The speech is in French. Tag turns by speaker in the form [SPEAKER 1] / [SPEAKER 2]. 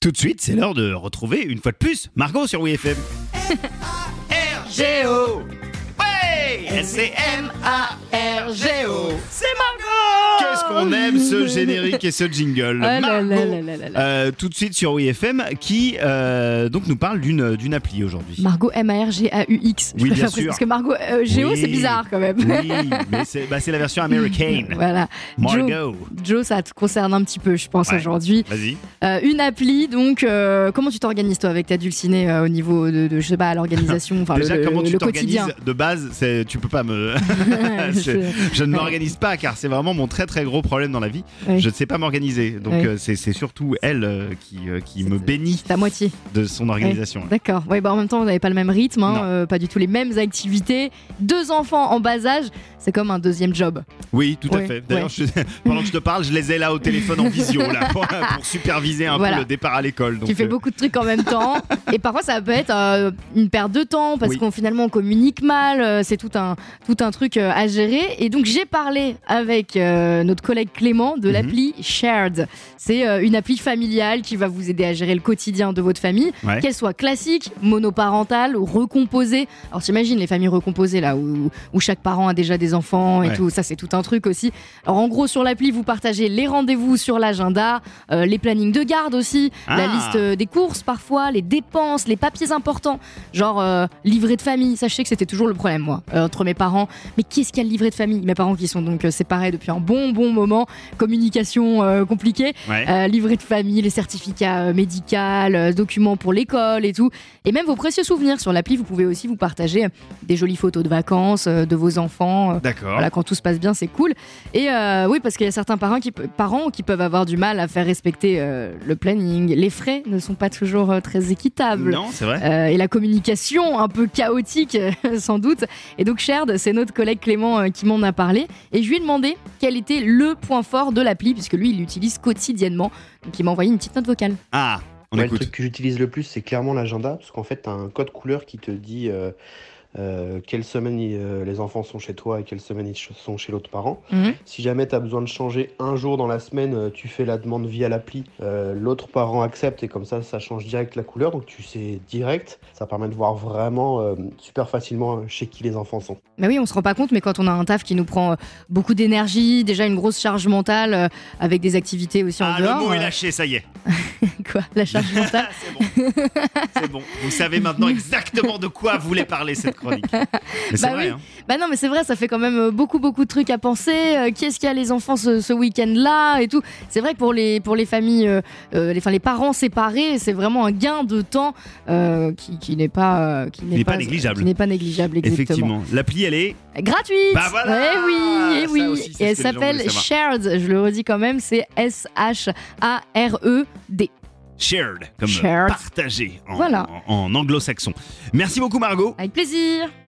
[SPEAKER 1] Tout de suite, c'est l'heure de retrouver une fois de plus Margot sur WeFM.
[SPEAKER 2] R-G-O. Ouais S-C-M-A-R-G-O. C'est Margot
[SPEAKER 1] Qu'est-ce qu'on aime ce générique et ce jingle
[SPEAKER 3] Ah là
[SPEAKER 1] Margot,
[SPEAKER 3] là là là là là.
[SPEAKER 1] euh, Tout de suite sur WeFM qui euh, donc nous parle d'une d'une appli aujourd'hui.
[SPEAKER 3] Margot M-A-R-G-A-U-X. Je
[SPEAKER 1] Oui, bien
[SPEAKER 3] préfère
[SPEAKER 1] sûr.
[SPEAKER 3] Parce que Margot euh, Géo,
[SPEAKER 1] Oui.
[SPEAKER 3] c'est bizarre quand même.
[SPEAKER 1] Oui, mais c'est bah, c'est la version américaine.
[SPEAKER 3] voilà. Joe,
[SPEAKER 1] Margot,
[SPEAKER 3] Joe, ça te concerne un petit peu, je pense,
[SPEAKER 1] Ouais.
[SPEAKER 3] aujourd'hui.
[SPEAKER 1] vas-y.
[SPEAKER 3] Euh, une appli, donc, euh, comment tu t'organises, toi, avec ta dulcinée euh, au niveau de, de, je sais pas, l'organisation, enfin, le,
[SPEAKER 1] Déjà,
[SPEAKER 3] Ah, le-
[SPEAKER 1] comment tu
[SPEAKER 3] le quotidien
[SPEAKER 1] t'organises de base c'est- Tu peux pas me.
[SPEAKER 3] Je-
[SPEAKER 1] Je ne m'organise pas car c'est vraiment mon très très gros problème dans la vie.
[SPEAKER 3] Ouais.
[SPEAKER 1] Je ne sais pas m'organiser. Donc
[SPEAKER 3] Ouais.
[SPEAKER 1] euh, c'est c'est surtout elle euh, qui, euh, qui me
[SPEAKER 3] C'est-
[SPEAKER 1] bénit
[SPEAKER 3] C'est à moitié.
[SPEAKER 1] de son organisation.
[SPEAKER 3] D'accord. Ouais, bah en même temps, on n'avait pas le même rythme, hein,
[SPEAKER 1] Non.
[SPEAKER 3] euh, pas du tout les mêmes activités. Deux enfants en bas âge, c'est comme un deuxième job.
[SPEAKER 1] Oui, tout à
[SPEAKER 3] Ouais,
[SPEAKER 1] fait. D'ailleurs, je- pendant que je te parle, je les ai là au téléphone en visio là, pour, pour superviser un
[SPEAKER 3] Voilà.
[SPEAKER 1] peu le départ à l'école. Donc,
[SPEAKER 3] tu fais
[SPEAKER 1] euh,
[SPEAKER 3] beaucoup de trucs en même temps. Et parfois, ça peut être euh, une perte de temps parce
[SPEAKER 1] Oui.
[SPEAKER 3] qu'on finalement on communique mal. euh, c'est tout un, tout un truc euh, à gérer. Et donc, j'ai parlé avec euh, notre collègue Clément de
[SPEAKER 1] Mhm.
[SPEAKER 3] l'appli Shared. C'est euh, une appli familiale qui va vous aider à gérer le quotidien de votre famille,
[SPEAKER 1] Ouais.
[SPEAKER 3] qu'elle soit classique, monoparentale ou recomposée. Alors, t'imagines les familles recomposées là où, où chaque parent a déjà des enfants et
[SPEAKER 1] Ouais.
[SPEAKER 3] tout. Ça, c'est tout un truc aussi. Alors, en gros, sur l'appli, vous partagez les rendez-vous sur l'agenda, euh, les plannings de garde aussi, la
[SPEAKER 1] Ah.
[SPEAKER 3] liste euh, des courses parfois, les dépenses, les papiers importants, genre euh, livret de famille. Sachez que c'était toujours le problème, moi, euh, entre mes parents. Mais qu'est-ce qu'il y a le livret de famille Mes parents qui sont donc euh, séparés depuis un bon, bon moment, communication euh, compliquée,
[SPEAKER 1] ouais.
[SPEAKER 3] euh, livret de famille, les certificats euh, médicaux, euh, documents pour l'école et tout. Et même vos précieux souvenirs sur l'appli, vous pouvez aussi vous partager euh, des jolies photos de vacances, euh, de vos enfants, euh,
[SPEAKER 1] D'accord.
[SPEAKER 3] voilà, quand tout se passe bien, c'est cool. Et euh, oui, parce qu'il y a certains parents qui, pe- parents qui peuvent avoir du mal à faire respecter euh, le planning. Les frais ne sont pas toujours euh, très équitables.
[SPEAKER 1] Non, c'est vrai.
[SPEAKER 3] Euh, et la communication un peu chaotique, sans doute. Et donc, Shared, c'est notre collègue Clément euh, qui m'en a parlé. Et je lui ai demandé quel était le point fort de l'appli, puisque lui, il l'utilise quotidiennement. Donc, il m'a envoyé une petite note vocale.
[SPEAKER 1] Ah, on
[SPEAKER 4] Ouais, Le
[SPEAKER 1] écoute.
[SPEAKER 4] truc que j'utilise le plus, c'est clairement l'agenda, parce qu'en fait, tu as un code couleur qui te dit euh, euh, quelle semaine euh, les enfants sont chez toi et quelle semaine ils ch- sont chez l'autre parent.
[SPEAKER 3] Mhm.
[SPEAKER 4] Si jamais tu as besoin de changer un jour dans la semaine, euh, tu fais la demande via l'appli, euh, l'autre parent accepte et comme ça, ça change direct la couleur, donc tu sais direct. Ça permet de voir vraiment euh, super facilement chez qui les enfants sont.
[SPEAKER 3] Mais oui, on se rend pas compte, mais quand on a un taf qui nous prend euh, beaucoup d'énergie, déjà une grosse charge mentale, euh, avec des activités aussi en
[SPEAKER 1] Ah, le
[SPEAKER 3] dehors.
[SPEAKER 1] mot est
[SPEAKER 3] euh,
[SPEAKER 1] lâché, ça y est.
[SPEAKER 3] quoi, la charge mentale.
[SPEAKER 1] Ah, c'est bon. C'est bon. Vous savez maintenant exactement de quoi voulait parler cette chronique. Mais c'est
[SPEAKER 3] Bah
[SPEAKER 1] vrai.
[SPEAKER 3] oui.
[SPEAKER 1] hein.
[SPEAKER 3] Bah non, mais c'est vrai, ça fait quand même euh, beaucoup, beaucoup de trucs à penser. Euh, qui est-ce qu'il y a les enfants ce, ce week-end-là et tout. C'est vrai que pour les, pour les familles, euh, euh, les, enfin, les parents séparés, c'est vraiment un gain de temps euh, qui, qui n'est pas, euh, qui
[SPEAKER 1] Il n'est
[SPEAKER 3] n'est
[SPEAKER 1] pas négligeable.
[SPEAKER 3] Qui n'est pas négligeable, exactement.
[SPEAKER 1] Effectivement. L'appli, elle est.
[SPEAKER 3] Gratuite
[SPEAKER 1] Bah voilà
[SPEAKER 3] Eh oui, eh
[SPEAKER 1] Ça
[SPEAKER 3] oui
[SPEAKER 1] aussi, c'est
[SPEAKER 3] Et elle
[SPEAKER 1] ce que les gens
[SPEAKER 3] s'appelle
[SPEAKER 1] voulaient savoir.
[SPEAKER 3] Shared, je le redis quand même, c'est S-H-A-R-E-D.
[SPEAKER 1] Shared, comme
[SPEAKER 3] Shared.
[SPEAKER 1] partagé en,
[SPEAKER 3] Voilà.
[SPEAKER 1] en- en anglo-saxon. Merci beaucoup Margot.
[SPEAKER 3] Avec plaisir